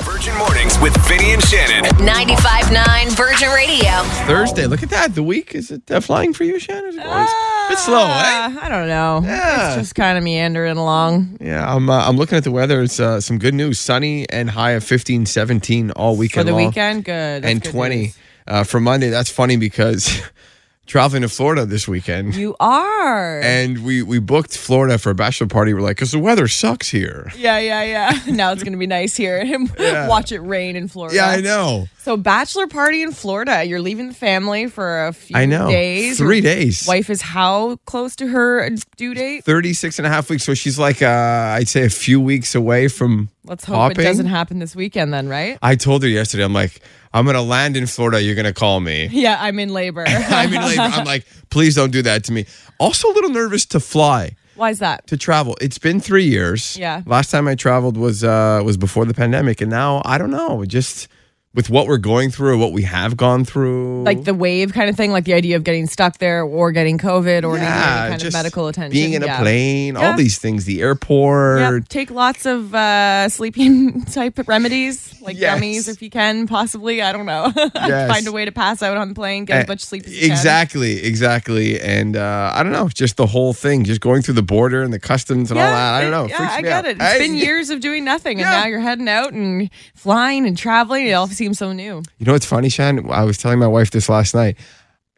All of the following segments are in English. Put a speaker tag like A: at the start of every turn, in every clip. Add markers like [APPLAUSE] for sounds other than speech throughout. A: Virgin Mornings with Vinny and Shannon.
B: 95.9 Virgin Radio.
C: Thursday. Look at that. The week is it uh, flying for you, Shannon?
D: Ah.
C: It's a bit slow, eh?
D: Uh, I don't know.
C: Yeah.
D: It's just kind of meandering along.
C: Yeah, I'm. Uh, I'm looking at the weather. It's uh, some good news. Sunny and high of 15, 17 all
D: For
C: weekend
D: the
C: long.
D: weekend, good. That's
C: and
D: good
C: 20
D: news.
C: uh, for Monday. That's funny because [LAUGHS] traveling to Florida this weekend.
D: You are.
C: And we, we booked Florida for a bachelor party. We're like, because the weather sucks here.
D: yeah, yeah, yeah. [LAUGHS] Now it's going to be nice here [LAUGHS] and watch it rain in Florida.
C: Yeah, I know.
D: So, bachelor party in Florida. You're leaving the family for a few
C: I know.
D: days.
C: Three
D: Your
C: days.
D: Wife is how close to her due date?
C: 36 and a half weeks. So she's like, uh, I'd say a few weeks away from
D: Let's hope
C: popping.
D: it doesn't happen this weekend then, right? [LAUGHS]
C: I told her yesterday, I'm like, I'm going to land in Florida. You're going to call me. [LAUGHS]
D: Yeah, I'm in labor.
C: I mean, like, I'm like, please don't do that to me. Also, a little nervous to fly,
D: [LAUGHS] Why is that?
C: to travel. It's been three years.
D: Yeah.
C: Last time I traveled was uh, was before the pandemic, and now I don't know. Just with what we're going through, what we have gone through,
D: Like the wave kind of thing, like the idea of getting stuck there or getting COVID or needing
C: yeah,
D: any kind of
C: just
D: medical attention.
C: being in a
D: Yeah.
C: plane,
D: Yeah.
C: all these things, the
D: Yeah,
C: airport.
D: take lots of uh, sleeping [LAUGHS] type remedies, like
C: Yes.
D: gummies if you can, possibly. I don't know. [LAUGHS]
C: Yes.
D: Find a way to pass out on the plane, get
C: Eh,
D: as much sleep as you can.
C: Exactly, exactly, and uh, I don't know, just the whole thing, just going through the border and the customs and all that. I don't
D: it-
C: know. It
D: Yeah,
C: freaks
D: I
C: me
D: get
C: out.
D: it. It's
C: I- [LAUGHS]
D: been years of doing nothing, and
C: Yeah.
D: now you're heading out and flying and traveling. It all seems
C: [LAUGHS]
D: so new.
C: You know what's funny, Shan? I was telling my wife this last night.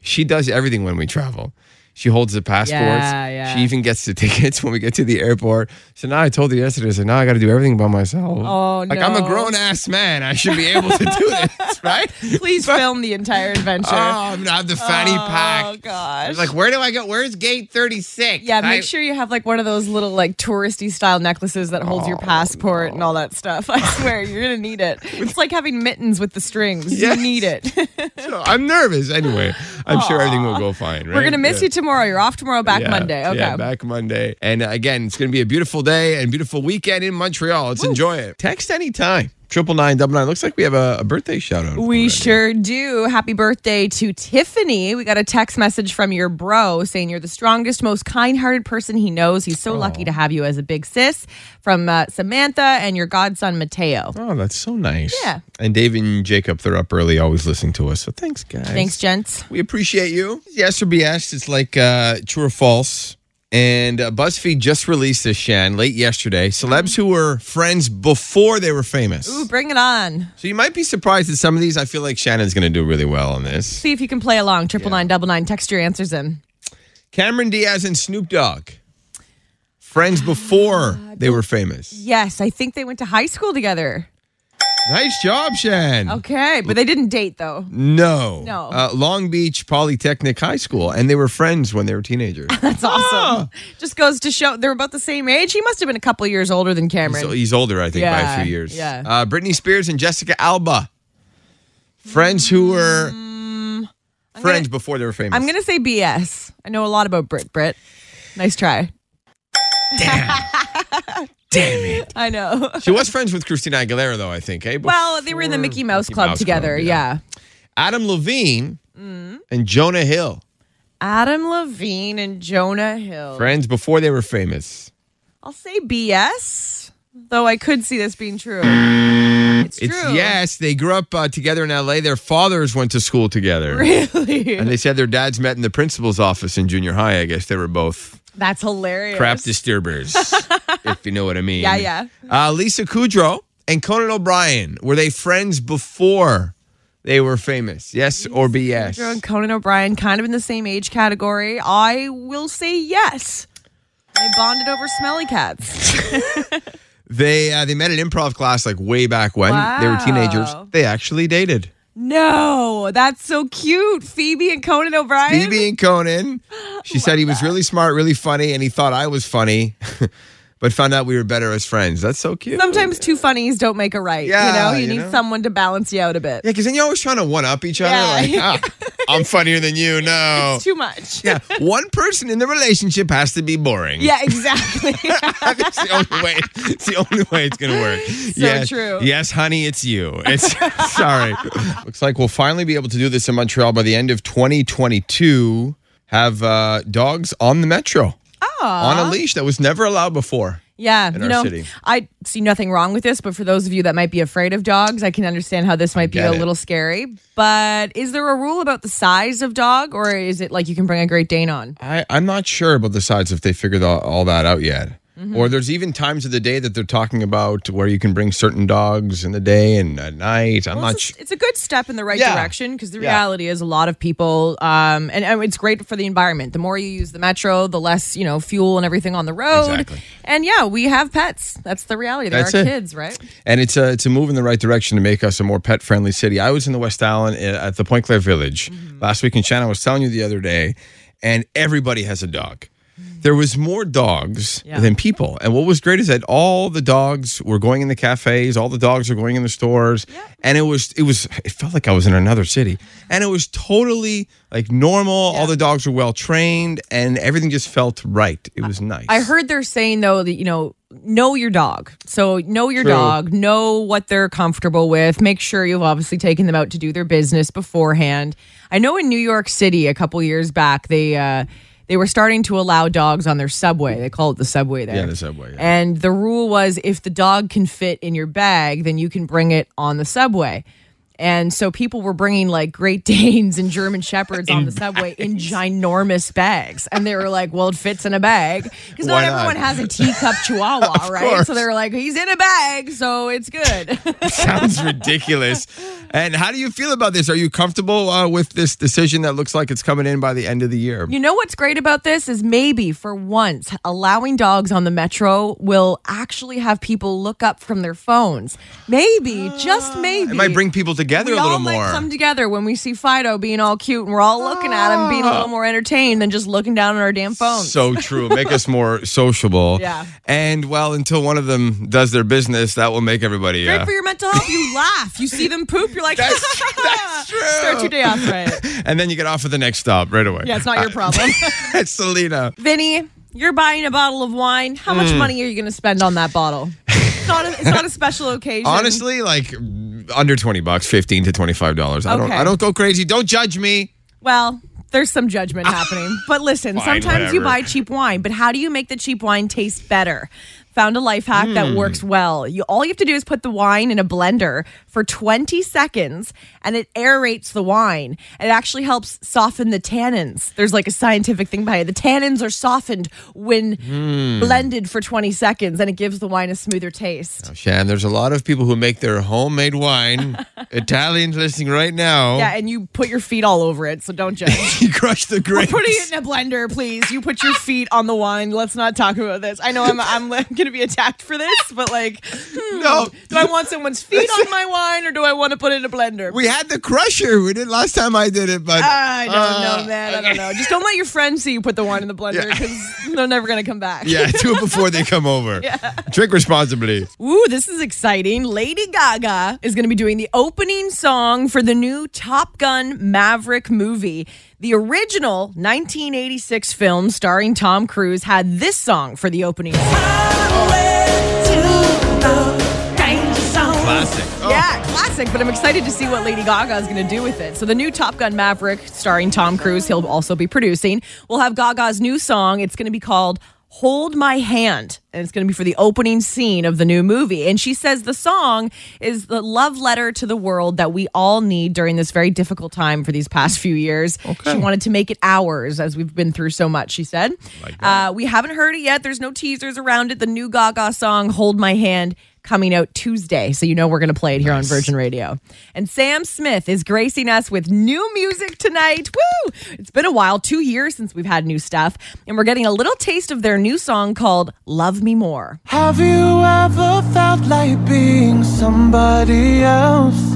C: She does everything when we travel. She holds the passports.
D: Yeah, yeah.
C: She even gets the [LAUGHS] tickets when we get to the airport. So now I told her yesterday, I said, now I got to do everything by myself.
D: Oh,
C: Like, I'm a
D: no.
C: grown ass man. I should be able to do
D: [LAUGHS]
C: this, right?
D: Please film the entire adventure.
C: Oh, I'm gonna have the fanny
D: oh
C: pack. I
D: gosh.
C: was like, where do I go? Where's gate 36?
D: yeah,
C: I-
D: make sure you have like one of those little like touristy style necklaces that holds
C: Oh,
D: your passport and all that
C: [LAUGHS]
D: stuff. I swear, you're gonna need it. It's like having mittens with the strings.
C: Yes.
D: You
C: [LAUGHS]
D: need it.
C: So I'm nervous. Anyway, I'm sure everything will go fine, right?
D: We're gonna miss
C: Yeah.
D: you tomorrow. You're off tomorrow, back
C: Yeah,
D: Monday. Okay.
C: Yeah, back Monday. And again, it's going to be a beautiful day and beautiful weekend in Montreal. Let's enjoy it. Text anytime. Triple nine double nine. Looks like we have a, a birthday shout out.
D: we sure do. Happy birthday to Tiffany. We got a text message from your bro saying you're the strongest, most kind hearted person he knows. He's so lucky to have you as a big sis from uh, Samantha and your godson, Mateo.
C: Oh, that's so nice.
D: Yeah.
C: And Dave and Jacob, they're up early, always listening to us. So thanks, guys.
D: Thanks, gents.
C: We appreciate you. Yes or BS. It's like uh, true or false. And uh, BuzzFeed just released this, Shan, late yesterday. Celebs who were friends before they were famous.
D: Ooh, bring it on.
C: So you might be surprised at some of these. I feel like Shannon's going to do really well on this.
D: See if you can play along. Triple nine double nine. Text your answers in.
C: Cameron Diaz and Snoop Dogg. Friends before
D: Ah,
C: they were famous.
D: Yes, I think they went to high school together.
C: Nice job, Shan.
D: Okay, but they didn't date though.
C: No.
D: No.
C: Uh, Long Beach Polytechnic High School. And they were friends when they were teenagers.
D: [LAUGHS] That's awesome. Just goes to show they're about the same age. He must have been a couple years older than Cameron.
C: he's, he's older, I think, by a
D: Yeah,
C: few years.
D: yeah.
C: Uh, Britney Spears and Jessica Alba. Friends who were friends before they were famous.
D: Mm, I'm going to say BS. I know a lot about Brit Brit. Nice try.
C: Damn it.
D: I know. [LAUGHS]
C: She was friends with Christina Aguilera, though, I think. Eh?
D: Well, they were in the
C: Before
D: Mickey Mouse Club together.
C: Club,
D: yeah. Mm.
C: Adam Levine and Jonah Hill.
D: Adam Levine and Jonah Hill.
C: Friends before they were famous.
D: I'll say BS, though I could see this being true. It's true.
C: It's yes. They grew up uh, together in L.A. Their fathers went to school together,
D: [LAUGHS] Really?
C: and they said their dads met in the principal's office in junior high. I guess they were both
D: That's hilarious.
C: crap
D: [LAUGHS]
C: disturbers, if you know what I mean.
D: Yeah, yeah.
C: Uh, Lisa Kudrow and Conan O'Brien were they friends before they were famous? Yes or BS?
D: Andrew and Conan O'Brien kind of in the same age category. I will say yes. They bonded over smelly cats.
C: They uh, they met in improv class like way back when they were teenagers.
D: Wow.
C: They actually dated.
D: no, that's so cute. Phoebe and Oh Conan O'Brien.
C: Phoebe and Conan. She said he was really smart, really funny, and he thought I was funny, [LAUGHS] but found out we were better as friends. That's so cute.
D: Sometimes two funnies don't make a right.
C: Yeah,
D: you know, you,
C: you
D: need
C: know.
D: someone to balance you out a bit.
C: yeah, because then you're always trying to one up each other.
D: Yeah.
C: Like,
D: [LAUGHS]
C: ah, I'm funnier than you. No.
D: It's too much.
C: yeah, one person in the relationship has to be boring.
D: [LAUGHS] Yeah,
C: [LAUGHS]
D: exactly. [LAUGHS]
C: That's the only way. It's the only way it's gonna work. yes,
D: true.
C: Yes, honey, it's you. It's [LAUGHS] sorry. Looks like we'll finally be able to do this in Montreal by the end of 2022. Have uh, dogs on the metro
D: Aw.
C: on a leash that was never allowed before.
D: Yeah,
C: in
D: you
C: our
D: know,
C: city.
D: I see nothing wrong with this, but for those of you that might be afraid of dogs, I can understand how this might be
C: get
D: a
C: it.
D: little scary. But is there a rule about the size of dog, or is it like you can bring a Great Dane on?
C: I, I'm not sure about the sides if they figured all, all that out yet.
D: Mm-hmm.
C: Or there's even times of the day that they're talking about where you can bring certain dogs in the day and at night. I'm
D: Well,
C: not
D: it's,
C: sure.
D: a, it's a good step in the right
C: Yeah.
D: direction because the
C: Yeah.
D: reality is a lot of people, um, and, and it's great for the environment. The more you use the metro, the less you know fuel and everything on the road.
C: Exactly.
D: And yeah, we have pets. That's the reality. There
C: That's
D: are
C: it.
D: kids, right?
C: And it's a it's a move in the right direction to make us a more pet friendly city. I was in the West Island uh, at the Point Claire Village
D: Mm-hmm.
C: last week, and Shannon was telling you the other day, and everybody has a dog. There was more dogs
D: Yeah.
C: than people, and what was great is that all the dogs were going in the cafes, all the dogs were going in the stores, and it was it was it felt like I was in another city, and it was totally like normal. All the dogs were well trained, and everything just felt right. It was nice.
D: I heard they're saying though that you know know your dog. So know your
C: True.
D: dog, know what they're comfortable with. Make sure you've obviously taken them out to do their business beforehand. I know in New York City a couple years back they uh they were starting to allow dogs on their subway. They call it the subway there.
C: Yeah, the subway, yeah.
D: And the rule was if the dog can fit in your bag, then you can bring it on the subway. And so people were bringing like Great [LAUGHS] Danes and German Shepherds on the subway in ginormous bags. And they were like, well, it fits in a bag. Because not,
C: Why not?
D: everyone has a teacup
C: [LAUGHS]
D: chihuahwa, right?
C: course.
D: So they were like, he's in a bag, so it's good. [LAUGHS]
C: [LAUGHS] sounds ridiculous. And how do you feel about this? Are you comfortable uh, with this decision that looks like it's coming in by the end of the year?
D: You know what's great about this is maybe for once allowing dogs on the metro will actually have people look up from their phones. Maybe, just
C: [GASPS]
D: maybe.
C: It might bring people together
D: we
C: a little
D: all
C: more.
D: might come together when we see Fido being all cute and we're all looking at him being a little more entertained than just looking down at our damn phones.
C: Ah. so true. Make us
D: [LAUGHS]
C: more sociable.
D: Yeah.
C: And well, until one of them does their business, that will make everybody.
D: Great
C: uh,
D: for your mental health. You laugh. You see them poop. You're like, [LAUGHS]
C: That's- that's true.
D: Start your day off right.
C: and then you get off at the next stop right away.
D: Yeah, it's not your problem.
C: [LAUGHS] It's Selena.
D: Vinny, you're buying a bottle of wine. How
C: Mm.
D: much money are you going to spend on that bottle? It's not a, it's not a special occasion.
C: Honestly, like mm, under twenty bucks, fifteen to twenty-five dollars. I don't.
D: Okay.
C: I don't go crazy. Don't judge me.
D: Well, there's
C: [LAUGHS]
D: some judgment happening. But listen,
C: Fine,
D: sometimes you
C: whatever.
D: buy cheap wine, but how do you make the cheap wine taste better? Found a life hack
C: Hmm.
D: that works well. You all you have to do is put the wine in a blender for 20 seconds and it aerates the wine. It actually helps soften the tannins. There's like a scientific thing behind it. The tannins are softened when
C: Hmm.
D: blended for 20 seconds and it gives the wine a smoother taste.
C: Shan, there's a lot of people who make their homemade
D: [LAUGHS]
C: wine. Italians listening right now.
D: Yeah, and you put your feet all over it, so don't judge.
C: You crush the grapes.
D: Put it in a blender, please. You put your feet on the wine. Let's not talk about this. I know I'm I'm [LAUGHS] going to be attacked for this, but like, hmm,
C: No.
D: Do I want someone's feet on my wine, or do I want to put it in a blender?
C: We had the crusher. We did last time I did it, but
D: I don't
C: Uh,
D: know, man. I don't know. Just don't let your friends see you put the wine in the
C: Yeah.
D: blender because they're never going to come back.
C: yeah, do it before they come
D: [LAUGHS]
C: over. Drink responsibly.
D: Ooh, this is exciting. Lady Gaga is going to be doing the opening song for the new Top Gun Maverick movie. The original 1986 film starring Tom Cruise had this song for the opening. song.
C: Classic. Oh,
D: Yeah, classic, but I'm excited to see what Lady Gaga is going to do with it. So, the new Top Gun Maverick starring Tom Cruise, he'll also be producing, will have Gaga's new song. It's going to be called Hold My Hand, and it's going to be for the opening scene of the new movie. And she says the song is the love letter to the world that we all need during this very difficult time for these past few years. She wanted to make it ours as we've been through so much, she said. uh, we haven't heard it yet. There's no teasers around it. The new Gaga song, Hold My Hand, coming out Tuesday. So you know we're going to play it here on Virgin Radio. And Sam Smith is gracing us with new music tonight. Woo! It's been a while, two years since we've had new stuff. And we're getting a little taste of their new song called Love Me More.
E: Have you ever felt like being somebody else?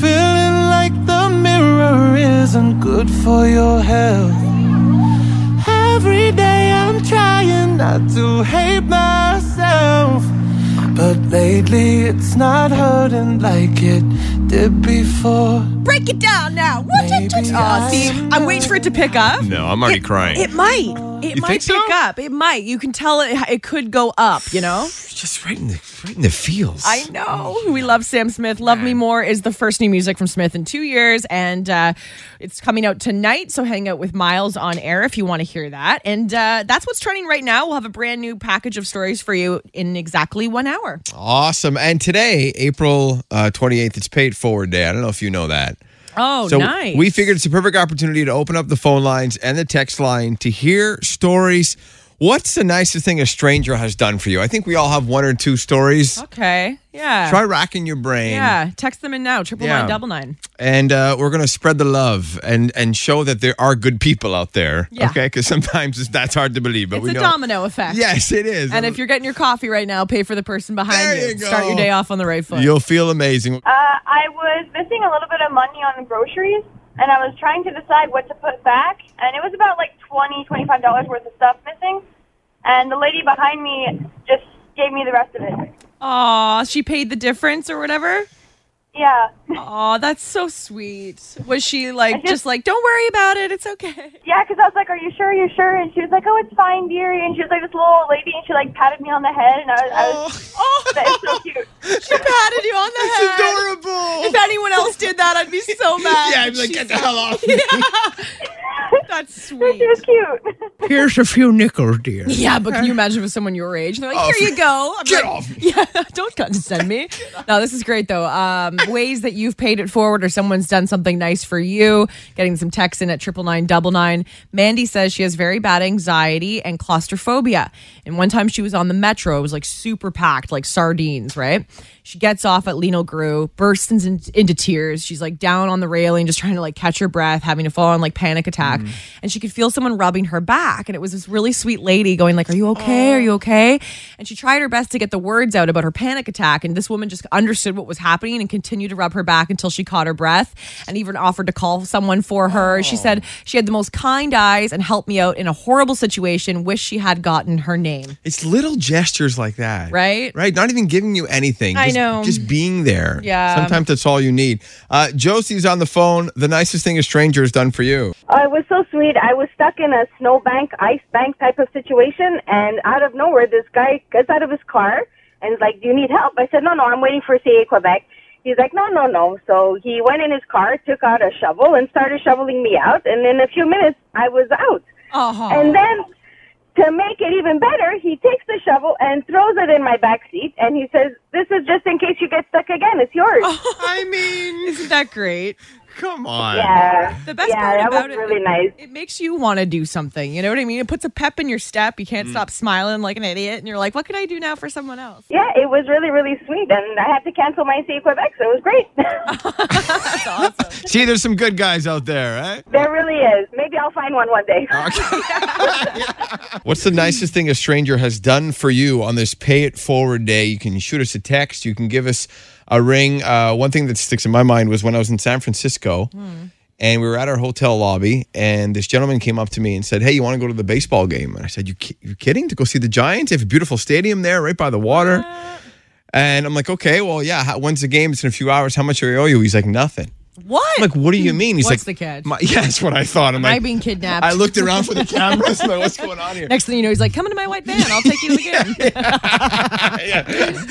E: Feeling like the mirror isn't good for your health. Every day I'm trying not to hate myself. But lately it's not hurting like it did before.
D: Break it down now. What?
E: Maybe
D: Aw, see, I'm waiting for it to pick up.
C: No, I'm already
D: It-
C: crying.
D: It might. It
C: You
D: might
C: think
D: pick
C: so?
D: up. It might. You can tell it. It could go up. You know.
C: Just right in the right in the feels.
D: I know. We love Sam Smith. Love Me More is the first new music from Smith in two years, and uh, it's coming out tonight. So hang out with Miles on air if you want to hear that. And uh, that's what's trending right now. We'll have a brand new package of stories for you in exactly one hour.
C: Awesome. And today, April uh, 28th, it's Paid Forward Day. I don't know if you know that.
D: Oh,
C: so
D: nice.
C: we figured it's a perfect opportunity to open up the phone lines and the text line to hear stories. What's the nicest thing a stranger has done for you? I think we all have one or two stories.
D: Okay. Yeah.
C: Try racking your brain.
D: yeah. Text them in now. Triple
C: Yeah.
D: nine double nine.
C: and uh, we're going to spread the love and and show that there are good people out there.
D: Yeah.
C: Okay, because sometimes it's, that's hard to believe, but
D: It's
C: we
D: a
C: know.
D: domino effect.
C: Yes, it is.
D: And if you're getting your coffee right now, pay for the person behind
C: There
D: you.
C: you go.
D: Start your day off on the right foot.
C: [LAUGHS] you'll feel amazing.
F: Uh, I was missing a little bit of money on groceries, and I was trying to decide what to put back, and it was about like twenty, twenty-five dollars worth of stuff missing, and the lady behind me just gave me the rest of it.
D: Aw, she paid the difference or whatever.
F: Yeah, [LAUGHS]
D: Aw, that's so sweet. Was she like just like, don't worry about it, it's okay.
G: [LAUGHS]
F: yeah, because I was like, "Are you sure? Are you sure?" And she was like, "Oh, it's fine, dearie." And she was like this little old lady, and she like patted me on the head, and I was, I was [LAUGHS] that is so cute.
D: [LAUGHS] She patted you on the head. If [LAUGHS]
C: adorable.
D: anyone else did that, I'd be so mad.
C: [LAUGHS] Yeah, I'd be like,
D: She's-
C: get the hell off.
D: [LAUGHS] That's sweet.
F: She was cute.
C: Here's a few nickels, dear.
D: Yeah,
C: [LAUGHS]
D: but can you imagine with someone your age? They're like,
C: Oh,
D: here
C: [LAUGHS]
D: you go. I'm
C: Get
D: like,
C: off me.
D: Yeah, [LAUGHS] don't condescend me. No, this is great though.
C: [LAUGHS]
D: Um, ways that you've paid it forward or someone's done something nice for you. Getting some texts in at triple nine double nine. Mandy says she has very bad anxiety and claustrophobia. And one time she was on the metro, it was like super packed, like sardines, right? She gets off at Lino Grew, bursts in- into tears. She's like down on the railing, just trying to like catch her breath, having to fall on like panic attack. And she could feel someone rubbing her back. And it was this really sweet lady going like, are you okay? Are you okay? And she tried her best to get the words out about her panic attack. And this woman just understood what was happening and continued to rub her back until she caught her breath and even offered to call someone for her. She said she had the most kind eyes and helped me out in a horrible situation. Wish she had gotten her name.
C: [LAUGHS] It's little gestures like that.
D: Right?
C: Right. Not even giving you anything.
D: I
C: just,
D: know.
C: Just being there.
D: Yeah.
C: Sometimes that's all you need. Uh, Josie's on the phone. The nicest thing a stranger has done for you.
G: Oh, it was so sweet. I was stuck in a snowbank, ice bank type of situation, and out of nowhere, this guy gets out of his car and is like, "Do you need help?" I said, "No, no, I'm waiting for CA Quebec." He's like, "No, no, no." So he went in his car, took out a shovel, and started shoveling me out. And in a few minutes, I was out.
D: Oh,
G: And then, to make it even better, he takes the shovel and throws it in my back seat, and he says, "This is just in case you get stuck again. It's yours."
D: [LAUGHS]
C: I mean,
D: isn't that great?
C: come on.
G: Yeah,
D: The best
G: yeah,
D: part
G: that
D: about
G: was
D: it-
G: really nice.
D: It makes you want to do something. You know what I mean? It puts a pep in your step. You can't
C: Mm.
D: stop smiling like an idiot. And you're like, what could I do now for someone else?
G: Yeah, it was really, really sweet, and I had to cancel my stay in Quebec, so it was great. [LAUGHS]
D: That's awesome.
C: See, there's some good guys out there, right?
G: there really is. Maybe I'll find one one day.
D: [LAUGHS]
C: What's the nicest thing a stranger has done for you on this Pay It Forward Day? You can shoot us a text. You can give us a ring. Uh, one thing that sticks in my mind was when I was in San Francisco
D: Hmm.
C: and we were at our hotel lobby, and this gentleman came up to me and said, "Hey, you want to go to the baseball game?" And I said, "You ki- you kidding? To go see the Giants? They have a beautiful stadium there, right by the water." And I'm like, "Okay, well, yeah. How, when's the game? It's in a few hours. How much do I owe you?" He's like, "Nothing."
D: What?
C: I'm like, "What do
D: [LAUGHS]
C: you mean?" He's
D: What's
C: like,
D: the catch?
C: "My- [LAUGHS] yeah, that's what I thought." I'm
D: Am I
C: like,
D: being kidnapped?
C: I looked around
D: [LAUGHS]
C: for the cameras. like, what's going on here?
D: Next thing you know, he's like, come into my white van. I'll
C: [LAUGHS]
D: take you to the game.
C: yeah,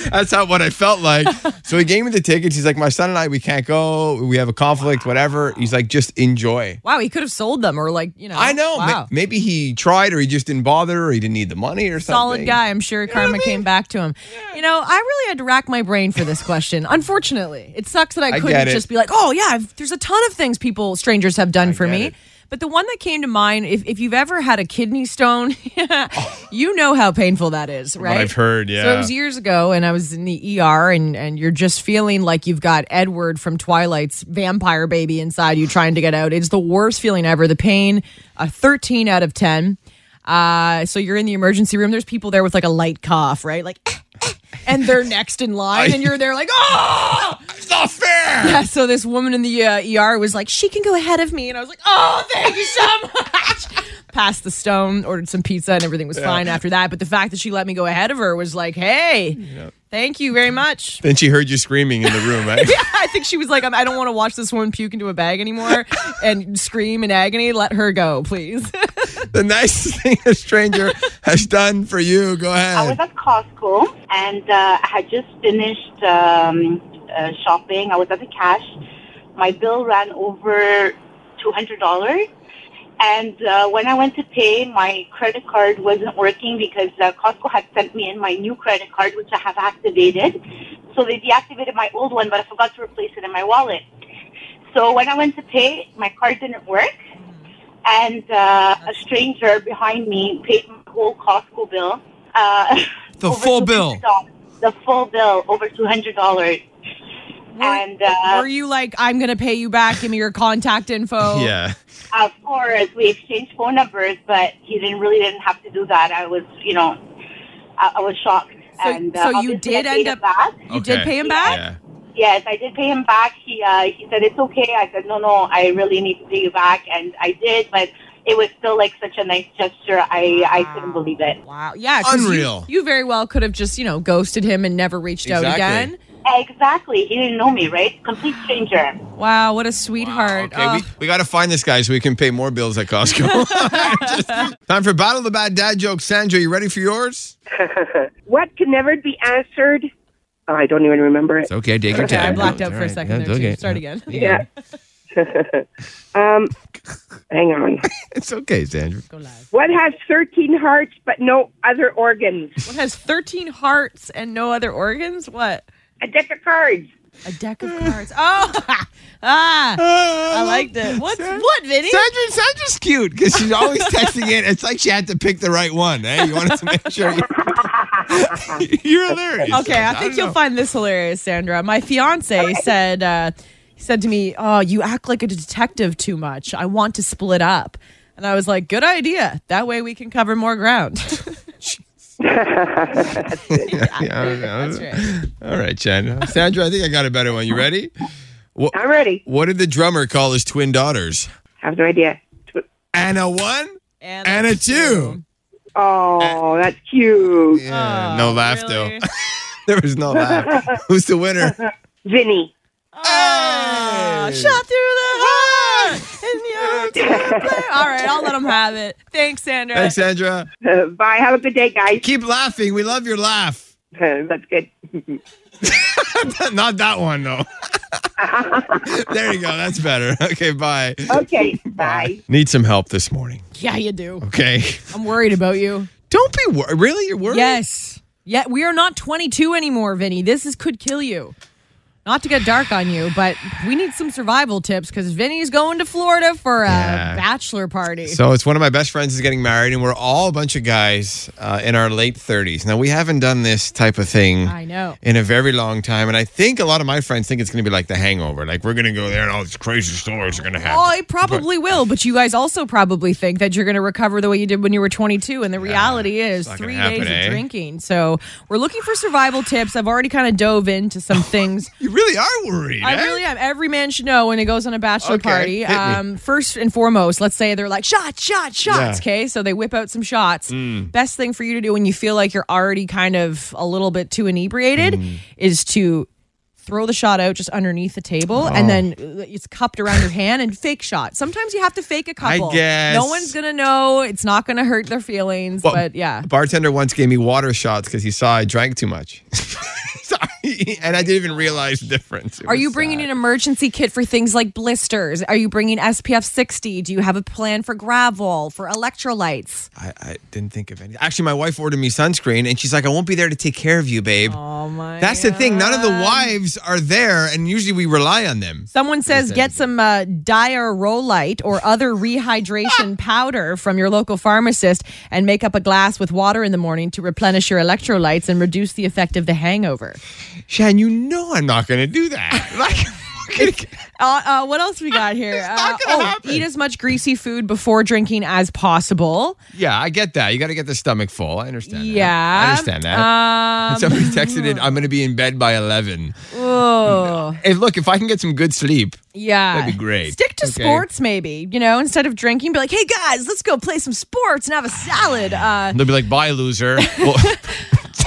C: that's not what I felt like. So he gave me the tickets. He's like, my son and I, we can't go. We have a conflict, whatever. He's like, just enjoy.
D: Wow, he could have sold them or like, you know.
C: I know. ma-
D: Wow.
C: maybe he tried, or he just didn't bother, or he didn't need the money, or something.
D: Solid guy. I'm sure karma came back to him. You know, I really had to rack my brain for
C: [LAUGHS]
D: this question. Unfortunately, it sucks that I
C: I
D: couldn't
C: get it.
D: just be like, oh, yeah, I've, there's a ton of things people, strangers have done for
C: get
D: me.
C: it.
D: But the one that came to mind, if, if you've ever had a kidney stone, [LAUGHS]
C: Oh.
D: you know how painful that is, right?
C: I've heard,
D: So it
C: yeah.
D: was years ago, and I was in the ER, and, and you're just feeling like you've got Edward from Twilight's vampire baby inside you trying to get out. It's the worst feeling ever. The pain, a 13 out of 10. Uh, so you're in the emergency room. There's people there with like a light cough, right? Like, [LAUGHS] and they're next in line, and you're there like, oh!
C: It's not fair.
D: [LAUGHS] So this woman in the uh, ER was like, she can go ahead of me. And I was like, oh, thank you so much. [LAUGHS] Passed the stone, ordered some pizza, and everything was fine after that. But the fact that she let me go ahead of her was like, hey, thank you very much. [LAUGHS]
C: Then she heard you screaming in the room. Right?
D: I think she was like, I'm- I
C: [LAUGHS]
D: don't want to watch this woman puke into a bag anymore and scream in agony. Let her go, please. [LAUGHS]
C: the nicest thing a stranger has done for you. Go
H: I was
C: ahead.
H: at Costco and uh, I had just finished um, uh, shopping. I was at the cash. My bill ran over $200. And uh, when I went to pay, my credit card wasn't working because uh, Costco had sent me in my new credit card, which I have activated. So they deactivated my old one, but I forgot to replace it in my wallet. So when I went to pay, my card didn't work. And uh, a stranger behind me paid my whole Costco bill. Uh,
I: [LAUGHS] The
H: over
I: full bill.
H: $200. The full bill, over $200. And uh,
D: Were you like, I'm going to pay you back. Give me your contact
C: [LAUGHS]
D: info.
C: Yeah.
H: Of course, we exchanged phone numbers, but he didn't really didn't have to do that. I was, you know, I, I was shocked.
D: So-
H: and uh,
D: so you
H: obviously
D: did
H: I
D: end
H: paid
D: up-
H: him back.
D: You did pay him back?
C: Yeah.
H: Yes, I did pay him back. He uh, he said it's okay. I said no, no, I really need to pay you back, and I did. But it was still like such a nice gesture. I I couldn't believe it.
D: Wow. Yeah. 'cause you-
C: Unreal.
D: You, very well could have just, you know, ghosted him and never reached out
C: Exactly.
D: again.
H: Exactly. He didn't know me, right? Complete stranger.
D: Wow. What a sweetheart.
C: Okay, we,
D: Oh.
C: we got to find this guy so we can pay more bills at Costco. [LAUGHS]
D: [LAUGHS]
C: Just- time for Battle of the Bad Dad Jokes. Sandra, you ready for yours?
G: What can never be answered? Oh, I don't even remember it.
C: It's okay. Take your
G: Okay,
C: time.
D: I blacked
C: No,
D: out
C: it's
D: for a
C: all
D: second
C: Yeah,
D: there,
C: it's
D: too.
C: okay. [LAUGHS]
D: Start again.
C: Yeah.
G: Yeah. um, hang on.
C: It's okay, Sandra.
D: Go live.
G: What has 13 hearts but no other organs?
D: What has 13 hearts and no other organs? What?
G: A deck of cards.
D: A deck [SIGHS] of cards. Oh, [LAUGHS] ah, I liked it. What's what, Vinny?
C: [LAUGHS] Sandra, Sandra's cute because she's
D: [LAUGHS]
C: always texting in. It's like she had to pick the right one. Eh? You [LAUGHS] wanted to make sure you- you're hilarious.
D: Okay, I think
C: don't
D: you'll
C: know.
D: find this hilarious, Sandra. My fiance said uh, he said to me, "Oh, you act like a detective too much. I want to split up." And I was like, "Good idea. That way we can cover more ground." [LAUGHS]
C: Yeah, yeah.
D: [LAUGHS] That's right.
C: All right, Sandra. Sandra, I think I got a better one. You ready? What,
G: I'm ready.
C: what did the drummer call his twin daughters?
G: Have no idea.
C: Anna one
D: And,
C: and a two.
G: Oh, that's cute.
C: Yeah, no laugh
D: Oh, really?
C: though. [LAUGHS] there was no
D: [LAUGHS]
C: laugh. Who's the winner?
G: Vinny.
D: Ah, shot through the heart.
C: [LAUGHS]
D: and the arms of the player. All right, I'll let him have it. Thanks, Sandra.
C: Thanks, Sandra.
G: Uh, bye. Have a good day, guys. Uh,
C: Keep laughing. We love your laugh.
G: that's good.
C: [LAUGHS] Not that one though. there you go. That's better. [LAUGHS] Okay, bye.
G: Okay, bye.
C: Need some help this morning.
D: Yeah, you do.
C: Okay.
D: I'm worried about you.
C: Don't be wor- really. You're worried.
D: Yes. Yeah, we are not 22 anymore, Vinny. This is could kill you. Not to get dark on you, but we need some survival tips because Vinny's going to Florida for a
C: Yeah.
D: bachelor party.
C: So it's one of my best friends is getting married, and we're all a bunch of guys uh, in our late thirties. Now we haven't done this type of thing.
D: I know.
C: in a very long time. And I think a lot of my friends think it's going to be like the hangover. Like, we're going to go there and all these crazy stories are going to happen.
D: Oh, it probably will, but you guys also probably think that you're going to recover the way you did when you were 22. And the reality is
C: not
D: three
C: gonna happen,
D: days
C: eh?
D: of drinking. So we're looking for survival tips. I've already kind of dove into
C: [LAUGHS]
D: some things.
C: you really are worried. eh?
D: I really am. Every man should know when he goes on a bachelor
C: Okay,
D: party.
C: hit me.
D: Um, first and foremost, let's say they're like shots, shots, shots.
C: Yeah. Mm.
D: Okay, so they whip out some shots. Best thing for you to do when you feel like you're already kind of a little bit too inebriated
C: Mm.
D: is to throw the shot out just underneath the table,
C: Oh.
D: and then uh, it's cupped around your hand and fake shot. Sometimes you have to fake a
C: I
D: couple.
C: guess.
D: no one's gonna know. It's not gonna hurt their feelings.
C: Well,
D: but yeah,
C: A bartender once gave me water shots because he saw I drank too much. [LAUGHS] Sorry. And I didn't even realize the difference. It
D: Are
C: was uh,
D: you bringing
C: sad.
D: an emergency kit for things like blisters? Are you bringing SPF 60? Do you have a plan for gravel, for electrolytes?
C: I, I didn't think of any. Actually, my wife ordered me sunscreen, and she's like, "I won't be there to take care of you, babe."
D: Oh my.
C: That's the thing. None of the wives are there, and usually we rely on them.
D: Someone says get some uh, diarrholite or other
C: [LAUGHS]
D: rehydration powder from your local pharmacist and make up a glass with water in the morning to replenish your electrolytes and reduce the effect of the hangover.
C: Shan, you know I'm not going to do
D: [LAUGHS]
C: that. Like,
D: Uh, uh, what else we
C: [LAUGHS]
D: got here? Uh,
C: not gonna
D: oh,
C: happen.
D: eat as much greasy food before drinking as possible.
C: Yeah, I get that. You got to get the stomach full. I understand. that.
D: Yeah.
C: I understand that.
D: Um,
C: Somebody texted in, "I'm going to be in bed by 11."
D: oh.
C: Hey, look, if I can get some good sleep,
D: Yeah.
C: That'd be great.
D: Stick to
C: Okay.
D: sports, maybe, you know, instead of drinking, be like, hey guys, let's go play some sports and have a salad. Uh, [LAUGHS]
C: they'll be like, "Bye, loser." Well,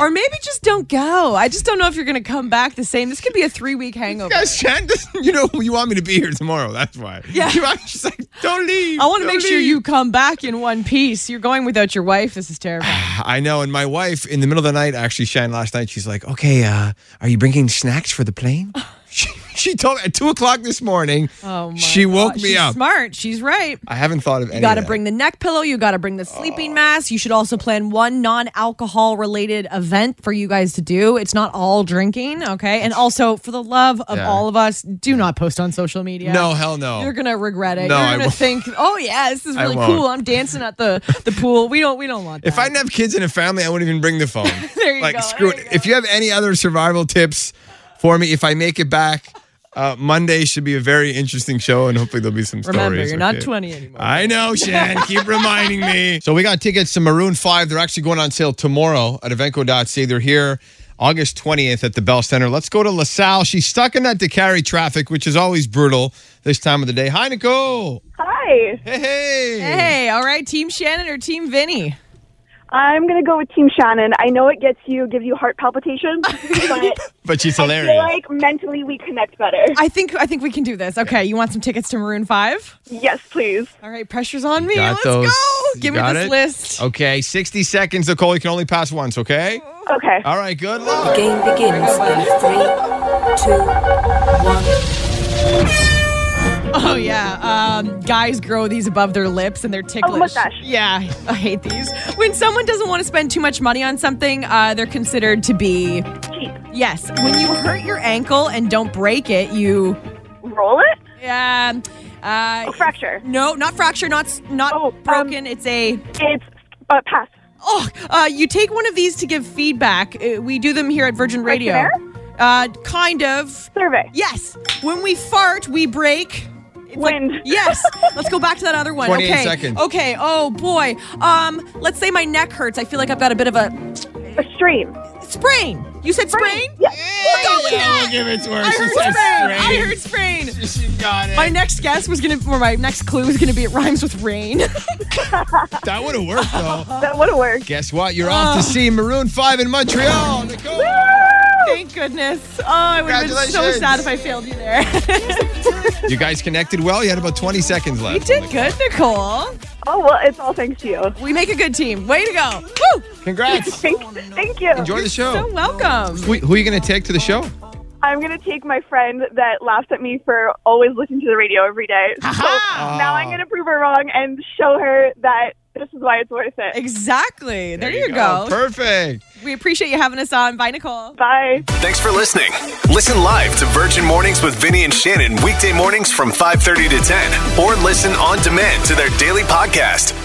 D: Or maybe just don't go. I just don't know if you're going to come back the same. This could be a three week hangover.
C: Yes, Shan doesn't. You know, you want me to be here tomorrow. That's why.
D: Yeah.
C: You want- she's like, don't leave.
D: I want to
C: don't
D: make sure
C: leave."
D: you come back in one piece. You're going without your wife. This is terrifying.
C: I know. And my wife, in the middle of the night, actually, Shan last night, she's like, okay, uh, are you bringing snacks for the
D: [LAUGHS]
C: plane? she, she told me at two o'clock this morning.
D: Oh
C: [SIGHS]
D: my
C: she woke
D: God.
C: me
D: She's
C: up.
D: Smart. She's right.
C: I haven't thought of any.
D: You got to
C: of that.
D: bring the neck pillow. You got to bring the sleeping mask. You should also plan one non alcohol related event for you guys to do. It's not all drinking, okay? And also, for the love of
C: Yeah.
D: all of us, do not post on social media.
C: No, hell no.
D: You're gonna regret it.
C: No, I
D: You're gonna
C: won't.
D: think, oh yeah, this is
C: I
D: really
C: won't.
D: cool. I'm dancing at the the pool. We don't we don't want that.
C: If I didn't have kids and a family, I wouldn't even bring the phone.
D: [LAUGHS] There you
C: like,
D: go,
C: screw
D: there
C: it.
D: you
C: If you have any other survival tips for me, if I make it back, uh, Monday should be a very interesting show, and hopefully there'll be some
D: remember,
C: stories.
D: you're not
C: okay?
D: 20 anymore.
C: I know, Shan.
D: [LAUGHS]
C: Keep reminding me. So we got tickets to Maroon 5. They're actually going on sale tomorrow at Evenco.ca. They're here August 20th at the Bell Center. Let's go to LaSalle. She's stuck in that DeCarry traffic, which is always brutal this time of the day. Hi, Nicole.
I: Hi.
C: Hey, hey.
D: Hey, all right, Team Shannon or Team Vinny?
I: I'm gonna go with Team Shannon. I know it gets you, gives you heart palpitations, but
C: But she's
I: I
C: hilarious.
I: feel like mentally we connect better.
D: I think I think we can do this. Okay, you want some tickets to Maroon Five?
I: Yes, please.
D: All right, pressure's on me.
C: got
D: Let's
C: those.
D: go.
C: You
D: Give me
C: got
D: this
C: it?
D: list.
C: Okay, 60 seconds, Nicole. You can only pass once, okay?
I: Okay.
C: All right, good luck.
J: Game begins in three, two, one.
D: Oh yeah, um, guys grow these above their lips and they're ticklish.
I: Oh, mustache.
D: Yeah, [LAUGHS] I hate these. When someone doesn't want to spend too much money on something, uh, they're considered to be
I: Cheap.
D: Yes, when you hurt your ankle and don't break it, you
I: Roll it.
D: yeah. Uh,
I: Oh, fracture.
D: no, not fracture, not s- not
I: Oh, um,
D: broken. it's a
I: It's uh, pass.
D: oh. Uh, you take one of these to give feedback. Uh, we do them here at Virgin Radio. Uh, kind of.
I: Survey.
D: Yes. When we fart, we break.
I: Wind.
D: [LAUGHS] Yes. Let's go back to that other one.
C: 28
D: okay.
C: seconds.
D: Okay. Oh boy. Um. Let's say my neck hurts. I feel like I've got a bit of a
I: A stream.
D: sprain. You said sprain.
I: Yes.
D: We'll go with that.
C: We'll give it to her.
D: I
C: She
D: heard
C: said
D: sprain. I
C: strange.
D: heard sprain.
C: She got it.
D: My next guess was gonna, or my next clue was gonna be it rhymes with rain. [LAUGHS]
C: That would have worked, though.
I: That would have worked.
C: Guess what? You're off
D: Oh.
C: to see Maroon 5 in Montreal. Nicole.
D: [LAUGHS] Thank goodness. Oh, I would have been so
C: Congratulations.
D: sad if I failed you there. [LAUGHS]
C: You guys connected well. You had about 20 seconds
D: you
C: left.
D: did good, Nicole.
I: Oh well, it's all thanks to you.
D: We make a good team. Way to go. Woo! [LAUGHS]
C: Congrats.
I: Thank, thank you.
C: Enjoy the
D: So
C: show.
D: welcome.
C: Who, who are you going to take to the show?
I: I'm gonna take my friend that laughs at me for always listening to the radio every day. So now I'm gonna prove her wrong and show her that this is why it's worth it.
D: Exactly. There, you, go.
C: Perfect.
D: We appreciate you having us on. Bye, Nicole.
I: Bye.
A: Thanks for listening. Listen live to Virgin Mornings with Vinny and Shannon weekday mornings from 5:30 to 10 or listen on demand to their daily podcast.